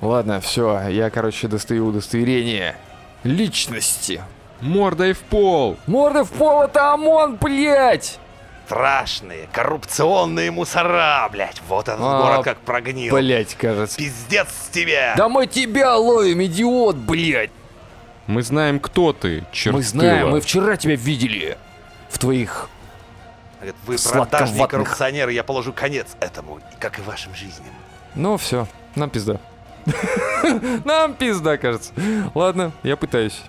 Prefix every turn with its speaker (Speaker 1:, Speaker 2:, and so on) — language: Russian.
Speaker 1: Ладно, все, я, короче, достаю удостоверение личности. Мордой в пол.
Speaker 2: Морды в пол, это ОМОН, блять!
Speaker 3: Страшные, коррупционные мусора, блядь. Вот этот
Speaker 1: А,
Speaker 3: город как прогнил.
Speaker 1: Блять, кажется.
Speaker 3: Пиздец с тебя.
Speaker 2: Да мы тебя ловим, идиот, блять!
Speaker 1: Мы знаем, кто ты, чертыла.
Speaker 2: Мы знаем, мы вчера тебя видели в твоих...
Speaker 3: Говорит, Вы
Speaker 2: сладковатных.
Speaker 3: продажные коррупционеры, я положу конец этому, как и вашим жизням.
Speaker 1: Ну все, нам пизда. Нам пизда, кажется. Ладно, я пытаюсь.